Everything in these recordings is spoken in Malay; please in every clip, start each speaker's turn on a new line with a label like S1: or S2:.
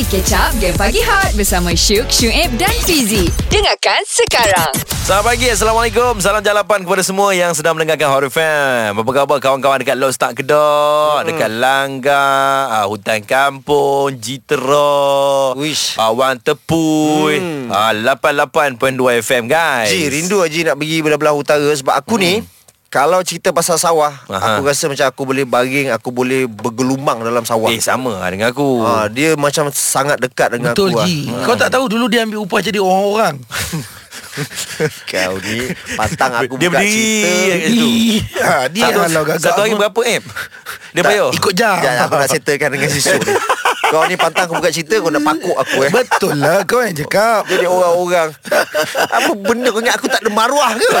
S1: Catch Up Game Pagi Hot Bersama Syuk, Syuib dan Fizi Dengarkan sekarang
S2: Selamat pagi, Assalamualaikum Salam jalapan kepada semua yang sedang mendengarkan Hot FM Apa khabar kawan-kawan dekat Lostak Kedok hmm. Dekat Langgar uh, Hutan Kampung Jitera ah,
S3: Wish.
S2: Awan Tepui hmm. uh, 88.2 FM guys
S3: Ji, rindu Haji nak pergi belah-belah utara sebab aku hmm. ni kalau cerita pasal sawah,
S2: Aha.
S3: Aha. aku rasa macam aku boleh baring, aku boleh bergelumang dalam sawah.
S2: Eh sama lah dengan aku
S3: Ha, dia macam sangat dekat dengan Ha. aku.
S4: Betul
S3: ah.
S4: Ji Kau tak tahu dulu dia ambil upah jadi orang-orang
S3: Kau ni pantang aku
S2: Dia
S3: buka
S2: berdiri
S3: cerita.
S2: kat situ.
S4: ha, Dia
S2: Satu,
S4: kalau gagak
S2: satu hari
S4: pun-
S2: berapa eh? Dia
S3: Tak,
S2: bayar
S4: Ikut jam
S3: Sekejap, aku nak settlekan dengan sisu ni. Kau ni pantang aku buka cerita, kau nak pakuk aku eh.
S4: Betul lah kau yang cakap
S3: Jadi orang-orang Apa benda kau ingat aku tak ada marwah ke?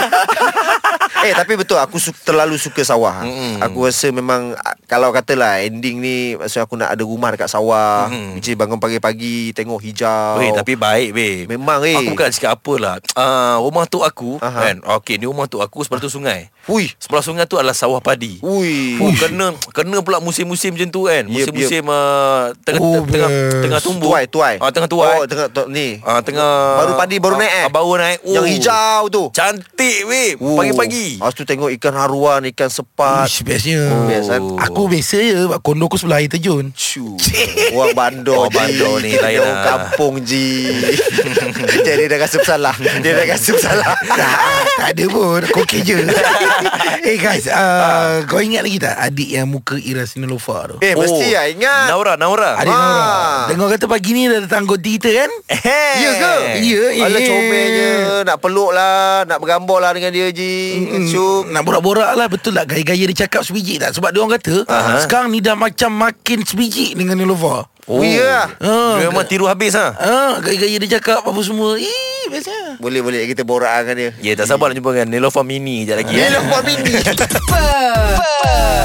S3: eh tapi betul aku su- terlalu suka sawah. Mm-hmm. Aku rasa memang ah, kalau katalah ending ni maksud aku nak ada rumah dekat sawah, mm-hmm. which is bangun pagi-pagi tengok hijau.
S2: Weh, Eh, tapi baik weh.
S3: Oh. Memang, weh.
S2: Aku bukan nak cakap apalah. Ah, rumah tu aku
S3: Aha.
S2: kan. Okey, ni rumah tu aku sebelah tu sungai.
S3: Ui.
S2: Sebelah sungai tu adalah sawah padi.
S3: Ui.
S2: Oh, kena kena pula musim-musim macam tu kan.
S3: Yep,
S2: Musim-musim uh, tengah,
S4: Oh,
S2: tengah
S4: bless.
S2: tengah tumbuh.
S3: Tuai, tuai.
S2: Ah, tengah tuai.
S3: Oh, tengah tu, ni.
S2: Ah, tengah
S3: Baru padi, baru naik, eh?
S2: Ah, baru naik. Oh.
S3: Yang hijau tu.
S2: Cantik weh.
S3: Oh.
S2: Pagi-pagi.
S3: Lepas tu tengok ikan haruan, ikan sepat.
S4: Uish, Bestnya
S3: Oh. Best kan?
S4: Aku biasa je sebab Kondo aku sebelah air terjun
S3: Cu. Orang bandar
S2: Orang bandar ni lain
S3: Orang
S2: lah.
S3: kampung ji Dia dia dah rasa bersalah Dia dah rasa bersalah
S4: Ah, tak ada pun Aku okey je Eh guys uh, Kau ingat lagi tak Adik yang muka Ira Sinulova tu
S3: Eh mesti lah ingat
S2: Oh. Naura, Naura.
S4: Adik
S3: Ah.
S4: Nora Dengar kata pagi ni Dah datang God Dieter kan
S2: Eh.
S4: Ya ke? Ya eh.
S3: Alah comelnya Nak peluk lah Nak bergambar lah dengan dia ji Syuk
S4: Hmm, Nak borak-borak lah Betul tak Gaya-gaya dia cakap sebiji tak Sebab dia orang kata
S2: Aha.
S4: Sekarang ni dah macam Makin sebiji dengan Nilova
S2: Oh.
S3: Ya lah.
S4: Ah,
S2: Dia memang tiru habis ha.
S4: Ah, gaya-gaya dia cakap apa semua. Ih, biasa.
S3: Boleh-boleh kita borak dengan dia
S2: Ya, tak sabar nak jumpa dengan Nelofa Mini jap lagi. eh.
S3: Yelah buat bini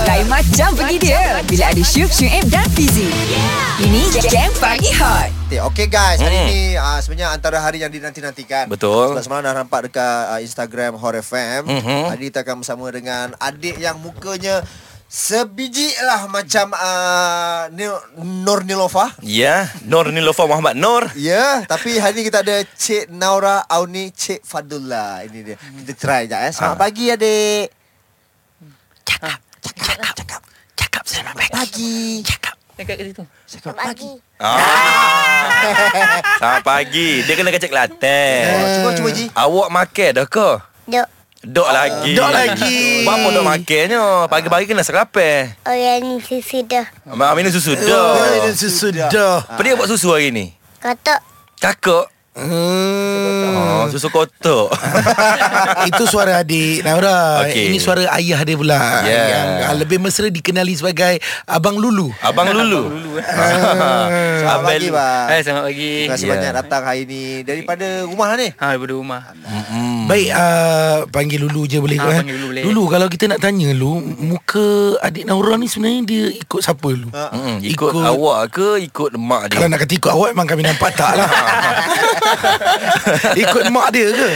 S1: Lain macam pergi dia Bila ada Syuk, Syuib dan Fizi Ini Game Pagi Hot
S3: Okay guys Hari
S2: Hmm.
S3: ni ah, Sebenarnya antara hari yang dinanti-nantikan
S2: Betul.
S3: Sebab semalam dah nampak dekat ah, Instagram Hot FM
S2: Mhm.
S3: Hari ni kita akan bersama dengan Adik yang mukanya Sebiji lah Macam ah, Nil- Nur Nilofa
S2: Ya, Nur Nilofa Muhammad Nur.
S3: Ya, tapi hari ni kita ada Cik Naura Auni Cik Fadullah. Ini dia. Kita try sekejap eh. Selamat
S2: Ha.
S3: pagi adik. Ah.
S4: Cakap, cakap, cakap. Cakap selamat pagi.
S3: Pagi.
S4: Cakap.
S2: Ah. Selamat pagi. Dia kena kecek
S3: Oh,
S2: Kelantan.
S3: cuba cuba Ji.
S2: Awak makan dah ke?
S5: Duk
S2: Dok lagi.
S4: Dok lagi.
S2: Buat apa dok makannya? Pagi-pagi kena serapai.
S5: orang ni sisi dah
S2: Mak minum susu
S4: Oh, dia
S2: dok.
S4: sesudah.
S2: Apa dia buat susu hari ni?
S5: Kotak
S2: Kakak.
S4: Hmm.
S2: Oh, susu kotak.
S4: Itu suara adik Naura.
S2: Okey.
S4: Ini suara ayah dia pula.
S2: Yeah.
S4: Yang ah, lebih mesra dikenali sebagai Abang Lulu.
S2: Abang Lulu. Ah.
S3: Selamat
S2: Abang
S3: pagi, Bang.
S6: Hai, selamat pagi.
S3: Ah. Terima kasih
S2: Ya.
S3: banyak datang hari ni daripada rumah ni.
S6: Ha, daripada rumah.
S4: Baik, ah, panggil Lulu je boleh
S6: Ah,
S4: ke? eh?
S6: panggil Lulu boleh.
S4: Lulu, kalau kita nak tanya Lu, muka adik Naura ni sebenarnya dia ikut siapa Lu?
S2: Mm-mm. Ikut, awak ke ikut mak dia?
S4: Kalau nak kata ikut awak memang kami nampak tak lah Ikut mak dia ke?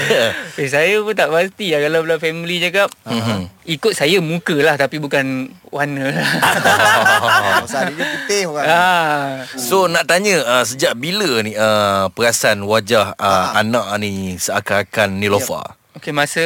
S6: Eh, saya pun tak pasti lah kalau belah family cakap.
S2: Mhm.
S3: Ah.
S6: Ikut saya muka lah tapi bukan warna lah.
S3: Ah, Masa hari ni putih orang.
S6: ah.
S2: So nak tanya uh, sejak bila ni uh, perasan wajah uh, anak ni seakan-akan Nilofa?
S6: Okey, masa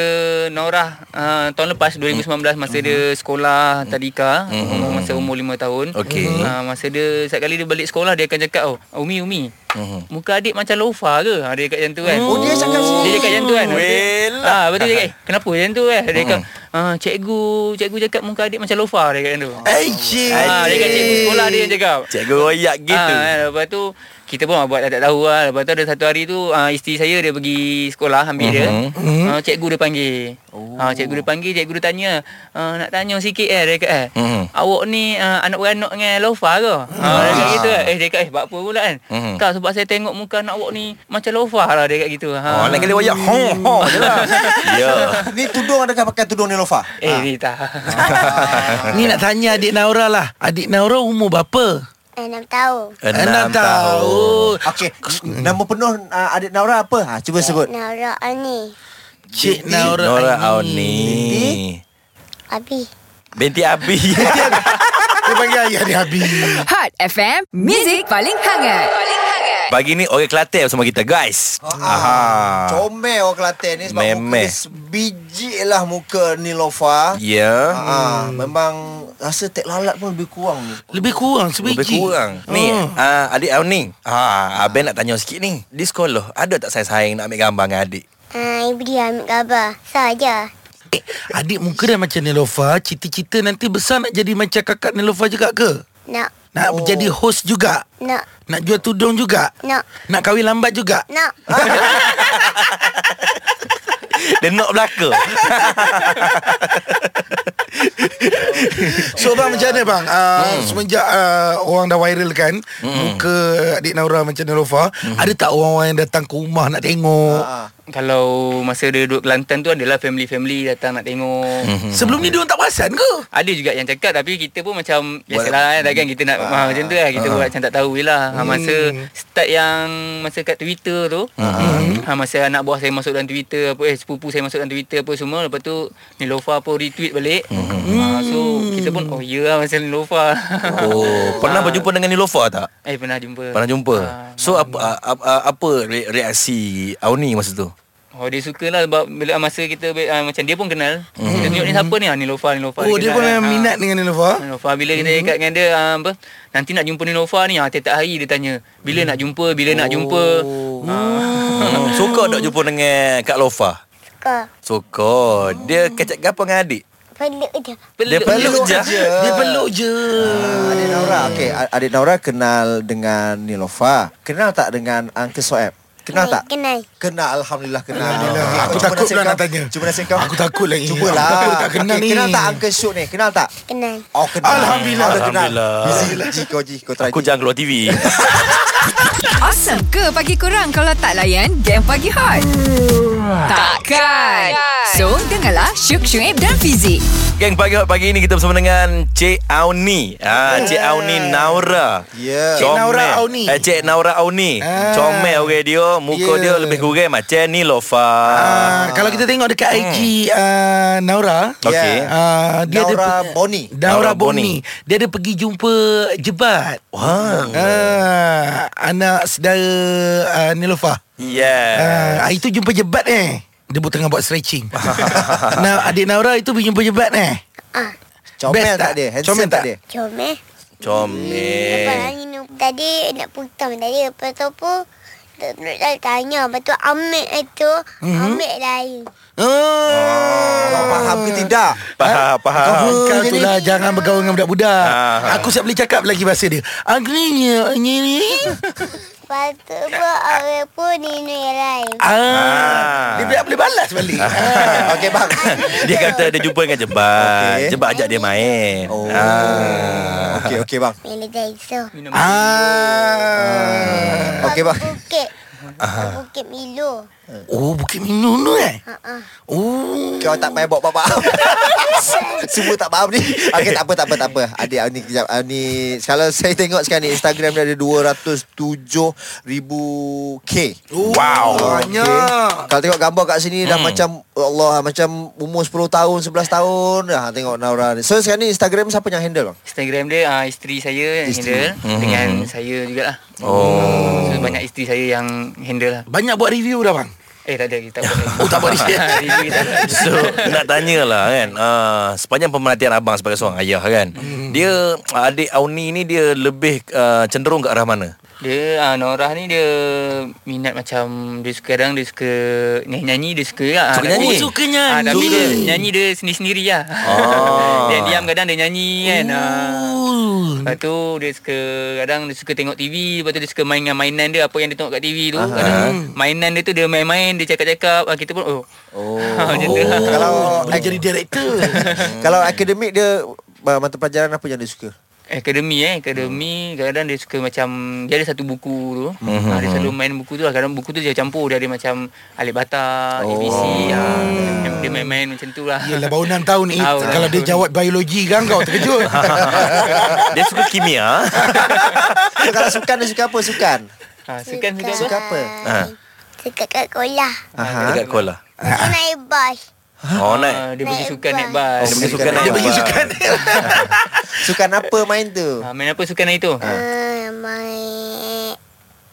S6: Nora uh, tahun lepas 2019 masa dia
S3: Mhm.
S6: sekolah tadika, umur masa umur 5 tahun.
S2: Okey.
S6: Ah, masa dia setiap kali dia balik sekolah dia akan cakap, "Oh, Umi, Umi.
S2: Mhm.
S6: Muka adik macam lofa ke?" Ha, dia cakap macam tu kan.
S3: Oh, dia cakap macam
S6: Dia cakap macam tu kan.
S2: Well.
S6: Ah, ha, betul dia cakap, "Eh, kenapa macam tu eh?"
S3: Mhm.
S6: Dia cakap, "Ah, cikgu, cikgu cakap muka adik macam lofa." Dia cakap macam tu.
S4: Eh, cik. eh.
S6: Ah, dia kat cikgu sekolah dia yang cakap.
S2: Cikgu royak gitu.
S6: Ah, lepas tu kita pun buat tak, tak tahu lah. Lepas tu ada satu hari tu ah, isteri saya dia pergi sekolah ambil dia.
S4: Mhm.
S6: Ah, cikgu dia panggil. Oh. Ah, cikgu dia panggil, cikgu dia tanya, ah, nak tanya sikit eh dia kata eh.
S2: Mhm.
S6: Awak ni ah, anak beranak dengan Lofa ke? Ah, dia kata gitu. Eh dia kata eh buat apa pula kan?
S2: Mhm.
S6: Tak sebab saya tengok muka anak awak ni macam Lofa lah dia kata gitu. Ha.
S2: Oh, nak kena royak ho ho je lah. Ya.
S3: Ni tudung adakah pakai tudung Ah. Nilofa?
S6: Eh ni
S2: Ah.
S6: tak.
S4: Ni nak tanya adik Naura lah Adik Naura umur berapa?
S5: Enam tahun
S2: Enam tahun.
S3: Okey, nama penuh uh, adik Naura apa? Ha, cuba sebut.
S5: Nara ni
S4: Cik Naura,
S2: Nora
S3: Binti?
S2: Auni.
S5: Abi
S2: Binti Abi.
S4: Dia panggil ayah dia habis
S1: Hot FM Music paling hangat Paling hangat
S2: Pagi ni orang Kelantan bersama kita guys.
S3: Ah, comel orang Kelantan ni sebab
S2: Memeh.
S3: muka dia sebiji lah muka Nilofa.
S2: Ya. Yeah.
S3: Ah, memang rasa tek lalat pun lebih kurang ni.
S4: Lebih kurang sebiji.
S2: Lebih kurang Ni
S4: Oh.
S2: ah, Adik Awning ah, Abang nak tanya sikit ni Di sekolah Ada tak sayang-sayang nak ambil gambar dengan adik?
S5: Ah, ibu dia ambil gambar. Saja.
S4: Eh, adik muka dah macam Nelofa. Cita-cita nanti besar nak jadi macam kakak Nelofa juga ke?
S5: Nak.
S4: Nak oh. jadi host juga?
S5: Nak.
S4: Nak jual tudung juga?
S5: Nak.
S4: Nak kahwin lambat juga?
S5: Nak.
S2: Dia nak belaka
S4: So bang macam mana bang uh, hmm. Semenjak uh, orang dah viral kan hmm. Muka adik Naura macam Nelofa hmm. Ada tak orang-orang yang datang ke rumah nak tengok
S3: Ah.
S6: Kalau masa dia duduk Kelantan tu adalah family-family datang nak tengok.
S2: Mhm.
S6: Hmm.
S4: Sebelum ni diorang tak perasan ke?
S6: Ada juga yang cakap tapi kita pun macam biasalah dah kan kita nak ah, macam tu lah kita buat macam tak tahu je lah.
S4: Hmm.
S6: Ha, masa start yang masa kat Twitter tu.
S2: Ah,
S6: Ha, masa anak buah saya masuk dalam Twitter apa eh sepupu saya masuk dalam Twitter apa semua lepas tu Nilofa pun retweet balik.
S2: Hmm,
S6: Ha, so kita pun oh ya lah masa Nilofa. Ah,
S2: Oh Pernah berjumpa dengan Nilofa tak?
S6: eh pernah jumpa.
S2: Pernah jumpa
S6: Ah,
S2: So apa apa, apa re- reaksi Awning masa tu?
S6: Oh dia suka lah sebab bila masa kita uh, macam dia pun kenal.
S2: Hmm.
S6: Mm. Kita tunjuk ni siapa ni? Ah, Nilofa, Nilofa.
S4: Oh dia
S6: kenal
S4: pun
S6: lah.
S4: memang
S6: Ah.
S4: minat dengan Nelofa
S6: Nova bila kita dekat dengan dia ah, apa nanti nak jumpa ni Nova ni ah tiap-tiap hari dia tanya bila nak jumpa bila nak jumpa Ah,
S2: Hmm. Suka tak jumpa dengan Kak Lofa? Oh.
S5: Suka.
S2: Suka Dia
S4: Oh.
S2: kecek gapa dengan adik?
S5: Peluk dia.
S2: Dia peluk je
S4: Dia peluk je
S3: Ah, Adik Naura Okey, a- Adik Naura kenal dengan Nilofa Kenal tak dengan Uncle Soeb? Kenal
S5: Kenal,
S3: tak?
S5: kenal.
S3: Kenal Alhamdulillah kenal
S4: Alhamdulillah.
S3: Okey,
S4: Aku
S3: cuba
S4: takut
S3: nasib
S4: pula
S3: kau.
S4: nak tanya.
S3: Cuba nasib kau
S4: Aku takut lagi.
S3: Ah. Cubalah
S4: Aku takut tak kenal
S3: Okey,
S4: ni.
S3: Kenal tak Uncle Syuk ni? Kenal tak?
S5: Kenal.
S3: Oh kenal
S4: Alhamdulillah.
S3: Alhamdulillah
S2: Alhamdulillah.
S3: Ji kau Ji kau try
S2: Aku
S3: Ji.
S2: jangan keluar TV
S1: Awesome ke pagi korang kalau tak layan game pagi hot? Takkan. So, dengarlah Syuk, Syuib dan Fizik.
S2: Geng pagi hot pagi ini kita bersama dengan Cik Auni. Ha, Cik Auni Naura.
S3: Ya.
S4: Cik
S2: Comel.
S4: Naura Auni.
S2: Eh, Cik Naura Auni.
S4: Ah.
S2: Comel orang dia, muka
S3: Ya.
S2: dia lebih kurang macam ni lofa.
S4: Ah, Kalau kita tengok dekat IG uh, Naura
S2: Okey.
S3: Ya.
S4: uh, dia
S3: Naura
S4: ada pe-
S3: Boni
S2: Naura
S4: Naura Boni. Dia ada pergi jumpa Jebat
S2: Wah.
S4: Ah, anak saudara uh, Nelofa.
S2: Yeah.
S4: Ah, hari tu jumpa jebat eh. Dia bu- tengah buat stretching. nah, adik Naura itu pergi jumpa jebat eh.
S5: Ah,
S3: Comel
S4: Best tak?
S3: tak dia?
S4: Comel
S3: Handsome
S4: tak?
S3: tak dia?
S5: comel. Lepas
S2: Comel.
S5: hari ni tadi nak putam tadi. Lepas tu pun tak nak dah tanya. Lepas tu ambil itu,
S2: Mhm.
S5: ambil lain.
S3: Abang
S4: Ah.
S3: Faham ke tidak?
S2: Faham, faham.
S4: Kau, kau
S3: je
S4: tu
S3: ni.
S4: lah Jangan bergaul dengan budak-budak
S2: Ah.
S4: Aku siap boleh cakap lagi bahasa dia Akhirnya Ini ni
S5: Lepas tu pun orang pun nino yang lain.
S4: ah. Dia tak boleh balas balik ah.
S3: Okey bang
S2: Dia kata dia jumpa dengan jebat.
S3: Okey.
S2: Jebat ajak dia main.
S3: Oh
S2: Ah.
S3: Okey okey bang
S5: Bila dah iso.
S6: minum
S4: ah.
S3: Okey bang
S5: Bukit. Bukit Milo.
S4: Oh Bukit Minu tu eh
S5: Ha-ha.
S4: Oh
S3: Kau tak payah buat faham Semua tak faham ni Okay tak apa tak apa tak apa Adik ah, ni kejap ah, ni Kalau saya tengok sekarang ni Instagram dia ada 207 ribu K
S2: Wow.
S4: Banyak
S3: Kalau tengok gambar kat sini Dah macam ya Allah Macam umur 10 tahun 11 tahun Dah tengok Naura ni So sekarang ni Instagram siapa yang handle bang?
S6: Instagram dia ah isteri saya yang handle
S3: Isteri.
S6: dengan saya jugalah.
S2: Oh.
S6: So, banyak isteri saya yang handle lah.
S4: Banyak buat review dah bang
S6: Eh tak ada kita tak buat.
S4: Oh, tak buat review.
S6: Review kita tak buat.
S2: So nak tanya lah kan uh, Sepanjang pemerhatian abang sebagai seorang ayah kan hmm. Dia adik Auni ni dia lebih uh, cenderung ke arah mana?
S6: Dia ah Norah ni dia minat macam dia suka kadang dia suka nyanyi-nyanyi dia suka lah.
S2: Suka
S6: Ah,
S2: nyanyi?
S6: tapi-
S2: Oh,
S4: suka nyanyi.
S6: Ah, tapi dia
S4: Suka.
S6: nyanyi dia sendiri-sendiri lah.
S2: Ah.
S6: dia diam kadang dia nyanyi kan. Ah.
S4: Oh.
S6: Lepas tu dia suka Kadang dia suka tengok TV Lepas tu dia suka main dengan mainan dia Apa yang dia tengok kat TV tu Kadang mainan dia tu Dia main-main Dia cakap-cakap ah, Kita pun oh
S3: Oh
S6: Macam tu lah.
S3: Kalau
S4: Boleh jadi director
S3: Kalau akademik dia ah, Mata pelajaran apa yang dia suka?
S6: Akademi eh Akademi Kadang dia suka macam Dia ada satu buku tu mm-hmm. Dia selalu main buku tu lah Kadang buku tu dia campur Dia ada macam Alif Bata oh. ABC ah. Dia, dia main-main macam tu lah
S4: Yelah baru 6 tahun ni
S6: Tahu.
S4: Kalau dia jawab biologi kan kau terkejut
S2: Oh. Dia suka kimia
S3: So, kalau sukan dia suka apa? Sukan?
S6: ha, Sukan sukan
S3: Sukan
S6: apa?
S3: apa?
S2: Ha.
S5: Suka kat sekolah.
S3: Aha.
S2: Dekat kola
S3: Ha.
S5: Dia naik bas.
S2: Oh naik
S6: Ah, dia pergi
S5: Naik
S6: sukan naik
S5: bas.
S6: bas
S2: Oh, Dia pergi sukan
S3: Dia
S2: naik
S3: pergi
S2: bas.
S3: Sukan apa main tu? Ha.
S6: Ah, Main apa sukan hari tu?
S5: Ah, main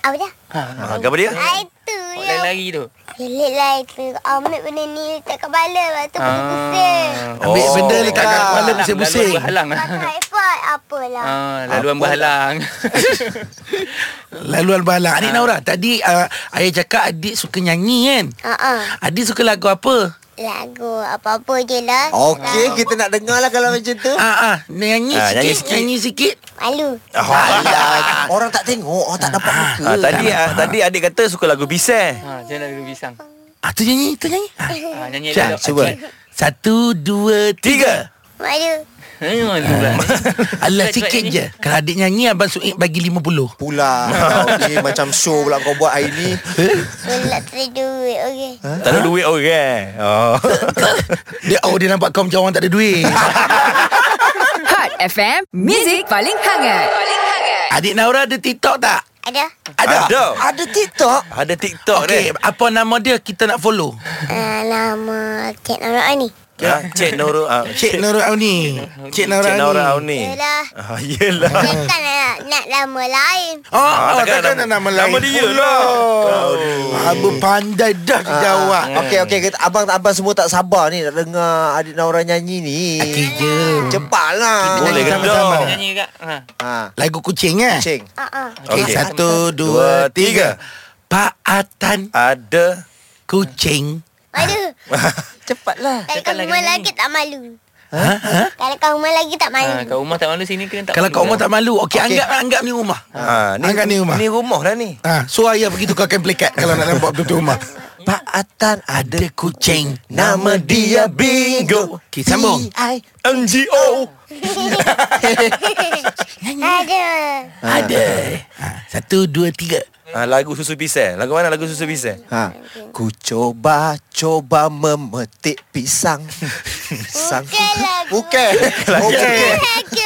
S5: Apa dah?
S6: Hmm.
S2: Ha, gambar dia?
S5: Ah, itu
S6: Awak
S5: yang
S6: lari-lari tu.
S5: Pelik lah itu Ambil benda ni letak kat kepala Lepas tu
S3: Ah.
S5: pergi pusing
S4: Ambil
S2: Oh.
S4: benda lekat kat kepala
S6: Ah. Laluan
S4: pusing-pusing.
S6: berhalang.
S5: Patut effort Apalah
S6: Ah, laluan berhalang.
S4: Laluan balang. Adik Naura, tadi uh, ayah cakap adik suka nyanyi kan?
S5: Ah ah.
S4: Adik suka lagu apa?
S5: Lagu apa-apa je lah
S3: Okey, kita nak dengar lah kalau macam tu.
S4: Ah ah, nyanyi
S2: Ah,
S4: sikit,
S2: nyanyi
S4: nyanyi
S2: sikit.
S4: sikit. Nyanyi sikit.
S5: Lah, Malu
S3: Alah, orang tak tengok, orang tak dapat muka.
S2: Ah, tadi ah, tadi adik kata suka lagu biseh.
S6: Ha, saya lagu pisang.
S4: Ah tu nyanyi, tu nyanyi. Ah.
S6: Ha, nyanyi
S4: Syah,
S6: elok-elok.
S4: cuba. Satu, dua, tiga.
S5: Malu
S6: Ayuh, tu pula.
S4: Alah
S6: Cuba, cuba
S4: sikit
S6: nyanyi.
S4: je. Kalau adik nyanyi, Abang Suib bagi lima puluh.
S3: Pula kau ni macam show pula kau buat hari ni.
S5: Sulap tak ada duit Okey
S3: Ha.
S2: Tak ada duit orang. Oh.
S4: Dia, oh dia nampak kau macam orang tak ada duit.
S1: Hot FM, Music paling hangat. Paling hangat.
S4: adik Naura ada TikTok tak?
S5: Ada
S4: Ada.
S2: Ada.
S3: Ada TikTok?
S2: Ada TikTok
S4: Okey,
S2: okay.
S4: apa nama dia kita nak follow?
S5: Alamak Ah, Cik Nora ni
S2: Ah, Cik Nurul. Ah,
S4: Cik Naura Auni. Cik Naura
S2: Cik
S4: Auni.
S2: Nora Auni.
S3: Eh.
S5: Yelah
S2: Ah, yelah.
S5: Takkan nak, nak lama lain
S4: Oh,
S2: Ah,
S4: oh takkan nama, nama lain.
S2: Nama dia Ah, lah. Kau ni.
S4: Abang pandai dah dia jawab.
S3: Ah. Okey okey kita- abang abang semua tak sabar ni nak dengar adik Naura nyanyi ni.
S4: Okey je.
S3: Cepatlah.
S2: Boleh ke
S4: sama-sama.
S2: tak?
S6: Nyanyi kak. Ha.
S3: Ha.
S4: Lagu kucing eh?
S3: Cing.
S5: Ah ah.
S4: Okey,
S2: Okey.
S4: satu,
S2: Dua,
S4: dua,
S2: tiga.
S4: tiga. Pak Atan
S2: Ada
S4: kucing.
S5: Malu
S6: Cepatlah.
S5: Kalau kau rumah lagi tak malu
S4: Ha? ha?
S5: Kalau kau rumah lagi tak
S2: Ah,
S6: Ha,
S5: malu
S6: kat rumah tak malu sini kena Ah, tak
S4: Kalau
S6: malu.
S4: kau rumah tak malu. Okey, anggap anggap ni rumah.
S2: Ha, ni,
S4: Angkat ni rumah.
S2: Ni rumah dah ni.
S4: Ha, so ayah pergi tukar kain pelikat kalau nak nampak betul-betul rumah.
S3: Pak Atan
S4: Ada kucing.
S3: nama dia Bingo.
S4: Okey, sambung.
S3: T.I..
S2: NGO.
S5: Ada
S4: Ada. Ha, satu, dua, tiga.
S2: Ha, lagu Susu Pisang. Lagu mana lagu Susu Pisang?
S3: Ha. Ku coba coba memetik pisang. Pisang.
S5: Bukan lagu
S3: Bukan. Okey.
S5: Bukan lagu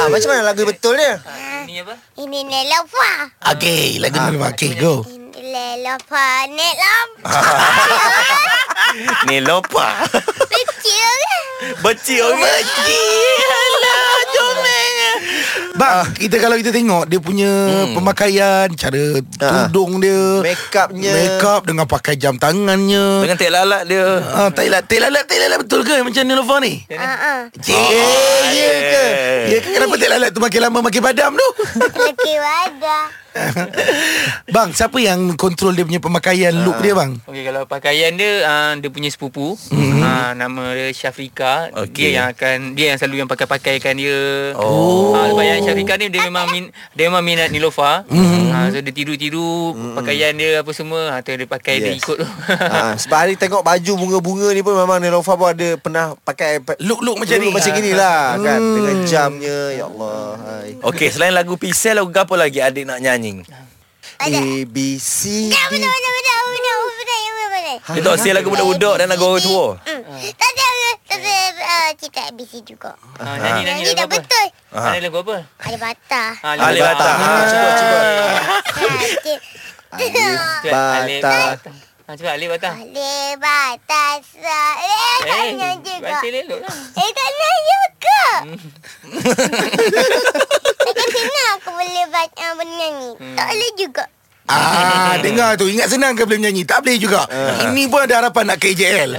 S3: Ha, macam mana lagu betul dia?
S6: Ni apa?
S5: Ini Nelofa
S4: Okey, lagu ha. nombor. Okey, go.
S5: Ini Nelofa Nelofa
S2: ni lopa.
S5: Kecil kan
S2: Becik orang.
S4: Bang, kita kalau kita tengok dia punya hmm. Ah. pemakaian, cara tudung dia,
S3: Make up-nya.
S4: make up dengan pakai jam tangannya.
S2: Dengan tek lalat dia.
S4: Ah, ha, tak lalat, tak lalat, tak lalat betul ke macam Nilofa ni?
S5: Ah ah.
S4: Cik, oh, ya ke? Ya ke kenapa tak lalat tu makin lama makin padam tu?
S5: Lelaki wadah
S4: bang, siapa yang kontrol dia punya pemakaian look dia bang?
S6: Okey kalau pakaian dia uh, dia punya sepupu mm-hmm. uh, nama dia Syafrika
S2: Mhm. Okey.
S6: okay. dia yang akan dia yang selalu yang pakai-pakaikan dia.
S2: Oh.
S6: Uh, sebab yang Syafrika ni dia memang min, dia memang minat Nilofa.
S2: Mhm.
S6: Mm-hmm. Uh, so dia tiru-tiru mm-hmm. pakaian dia apa semua ha tu dia pakai yes. dia
S3: Yes.
S6: ikut Ah, tu.
S2: Ah,
S3: Ha, sebab hari tengok baju bunga-bunga ni pun memang Nelofa pun ada pernah pakai pa-
S4: Look-look macam ni.
S3: Dulu macam gini lah kan Dengan jamnya Ya Allah hai.
S2: Okey, selain lagu Pisang, lagu apa lagi adik nak nyanyi?
S3: A,
S2: Eh.
S3: B, C,
S5: Tak
S3: D
S5: betul betul betul betul betul betul betul
S2: Dia tak say lagu budak-budak dan lagu orang tua.
S5: Hmm. Tak ada tak ada ah, cerita ABC juga.
S6: Ha
S2: ah.
S6: nyanyi nyanyi
S5: Nyanyi dah
S6: lagu apa?
S5: betul.
S6: Ha. Ada lagu apa?
S5: Ada batah.
S6: Ha
S2: Alif Bata.
S3: Ha, cuba, cuba.
S5: Ada
S6: Alif
S3: Bata.
S6: Bata. Ha cuba Alif Bata.
S5: batah saya
S6: Eh,
S5: nyanyi juga.
S6: baca Hmm. elok lah.
S2: Hmm.
S5: Eh tak nyanyi juga. Macam mana aku boleh baca ah, bernyanyi?
S6: Hmm.
S5: Tak boleh juga.
S4: Ah, dengar tu. Ingat senang ke boleh menyanyi? Tak boleh juga. Ini pun ada harapan nak ke AJL.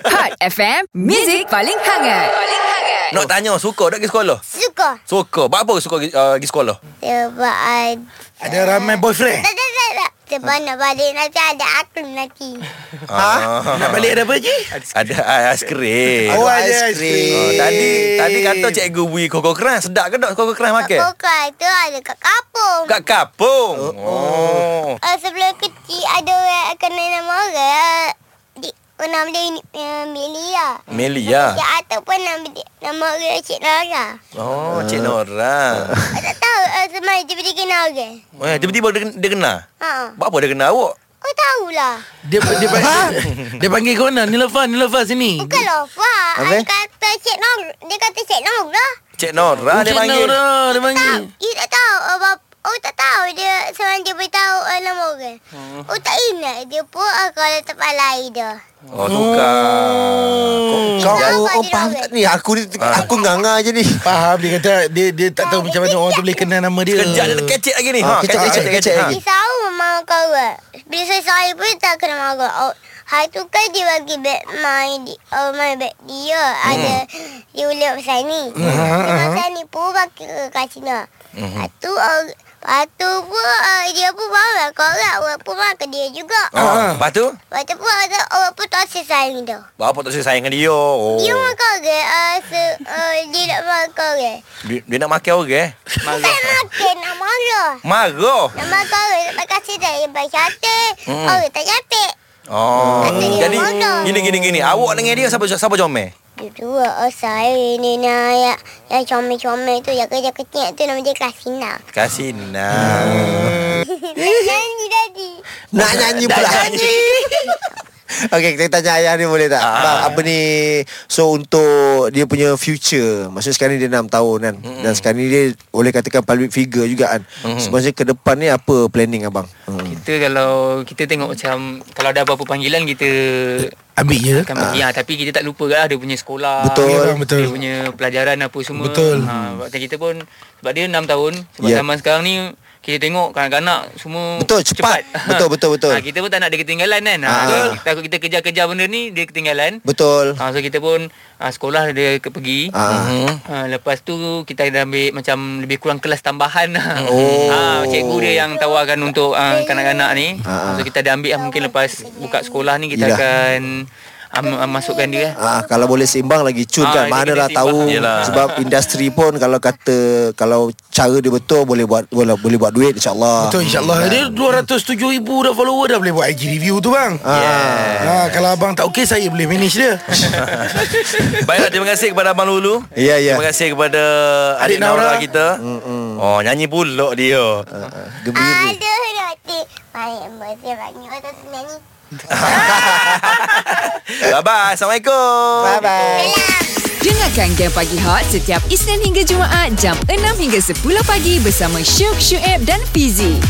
S1: Hot FM, Music paling hangat. Paling hangat.
S2: Nak tanya, suka tak pergi sekolah?
S5: Suka.
S2: Suka. Buat apa suka uh, pergi sekolah?
S5: Sebab ada
S4: ada ramai boyfriend.
S5: Tak, tak, tak, tak. Sebab
S6: Hmm.
S5: nak balik nanti ada aku nanti.
S2: Ha?
S4: Nak balik ada apa je?
S2: Ada uh, aiskrim. Oh,
S3: Oh, ada aiskrim
S2: oh, tadi tadi kata cikgu bui koko keras. Sedap ke tak koko keras makan?
S5: Kokok itu ada kat kapung.
S2: Kat kapung. Oh.
S5: Uh, sebelum kecil ada orang kena nama orang. Di, nama dia ini, uh, Melia.
S2: Melia.
S5: Dia ataupun nama, dia, nama orang Cik Nora.
S2: Oh, Cik Nora.
S5: Saya tak tahu uh, semalam dia pergi kena orang.
S2: Eh, tiba-tiba dia, dia kenal.
S5: Ha.
S2: Buat apa dia kenal awak?
S5: Kau tahulah.
S4: Dia dia, dia, Ha? dia panggil kau nak Nilofa, Nilofa sini.
S5: Bukan Lofa.
S3: Apa?
S5: Dia kata Cik Nora. Dia kata Cik Nora.
S2: Cik Nora dia
S4: Cik
S2: panggil.
S4: Nora, dia
S5: Tak,
S4: panggil.
S5: you tak tahu uh, bap, Oh tak tahu dia Seorang dia beritahu dalam orang hmm. Oh tak ingat Dia pun ah, kalau tempat lain dah
S2: Oh tukar
S3: Kau
S5: Jangan
S3: oh,
S5: buat
S3: oh,
S5: dia
S3: faham
S5: robek.
S3: tak ni Aku ni Aku nganga je ni
S4: Faham dia kata dia dia tak tahu macam mana orang tu boleh kenal nama dia.
S2: Kejap dia kecek lagi ni
S3: Ah,
S2: ha,
S3: kecek,
S2: Kecek
S3: kecek,
S2: kecek kecek
S3: kecek
S2: ha.
S3: lagi.
S5: Risau memang kau buat Bila saya saya pun tak kena marah oh, Hari tu kan dia bagi beg my, di- oh, my beg dia Ada
S2: Hmm.
S5: Dia ulang pasal ni
S2: Ha,
S5: Lepas pasal ni pun bagi ke Kak Cina
S2: Hmm.
S5: Lepas tu oh, Lepas tu pun uh, Dia pun marah kau orang Orang pun marah ke dia juga
S2: Ah, Lepas tu
S5: Lepas tu pun orang, orang pun tak asyik sayang dah
S2: Bapa tak sayang dengan dia oh.
S5: Dia makan orang uh, se, uh, Dia nak makan orang
S2: Dia, dia nak makan orang eh
S5: Bukan makan nak marah
S2: Marah
S5: Nak makan orang tak kasih dah Dia baik cantik
S2: Hmm.
S5: Orang tak capek
S2: Oh
S5: Dia
S2: Jadi
S5: marah.
S2: Gini gini gini Awak dengan dia Siapa siapa comel
S5: Dua oh saya ni nak yang, yang comel-comel tu yang kerja kecil tu nama dia Kasina.
S2: Kasih
S3: Hmm.
S2: nak
S5: Nyanyi tadi.
S3: Nak nyanyi pula Okay kita tanya ayah ni boleh tak
S2: Ah.
S3: Bang apa ni So untuk dia punya future Maksudnya sekarang ni dia 6 tahun kan Dan sekarang ni dia boleh katakan public figure juga kan mm So maksudnya ke depan ni apa planning abang hmm.
S6: Kita kalau kita tengok macam kalau ada apa-apa panggilan kita
S4: Ambil je.
S6: akan pergi ha, tapi kita tak lupa lah dia punya sekolah.
S3: Ah. Betul. Hmm.
S4: Ya, bang, betul.
S6: Dia punya pelajaran apa semua.
S4: Betul.
S6: Ha, waktu kita pun sebab dia 6 tahun sebab
S3: Ya.
S6: yeah. zaman sekarang ni kita tengok kanak-kanak semua
S3: Betul, cepat. Betul, betul, betul.
S6: Ha, kita pun tak nak dia ketinggalan kan. Ha,
S3: Ah.
S6: Takut kita kejar-kejar benda ni dia ketinggalan.
S3: Betul
S6: Ha, so kita pun ha, sekolah dia ke pergi.
S3: Ah.
S6: Ha, lepas tu kita dah ambil macam lebih kurang kelas tambahan lah.
S3: Oh.
S6: Ha, cikgu dia yang tawarkan untuk uh, kanak-kanak ni.
S3: Ah, ah.
S6: So kita dah ambil lah mungkin lepas buka sekolah ni kita
S3: Yelah.
S6: akan um, um, masukkan dia.
S3: Ah, kalau boleh seimbang lagi cun
S6: Ah,
S3: kan
S6: itu
S3: mana
S6: kena
S3: lah tahu
S6: seimbang.
S2: Yelah.
S3: sebab industri pun kalau kata kalau cara dia betul boleh buat boleh, boleh buat duit insyaallah.
S4: Betul insyaAllah Dia 207 ribu dah follower Dah boleh buat IG review tu bang
S3: Ah.
S4: ha, Kalau abang tak okey Saya boleh manage dia
S2: Baiklah terima kasih kepada Abang Lulu
S3: Ya, Hmm, ya.
S2: Terima kasih kepada
S4: Adik
S2: Adik Naura,
S4: Naura.
S2: kita Oh nyanyi pula dia
S3: Ah, Gembira.
S5: Ada roti. Baik, masih banyak orang tu nyanyi.
S2: Bye bye Assalamualaikum
S3: Bye bye.
S5: Belah.
S1: Dengarkan Game Pagi Hot setiap Isnin hingga Jumaat jam 6 hingga 10 pagi bersama Syuk, Syuib dan Fizi.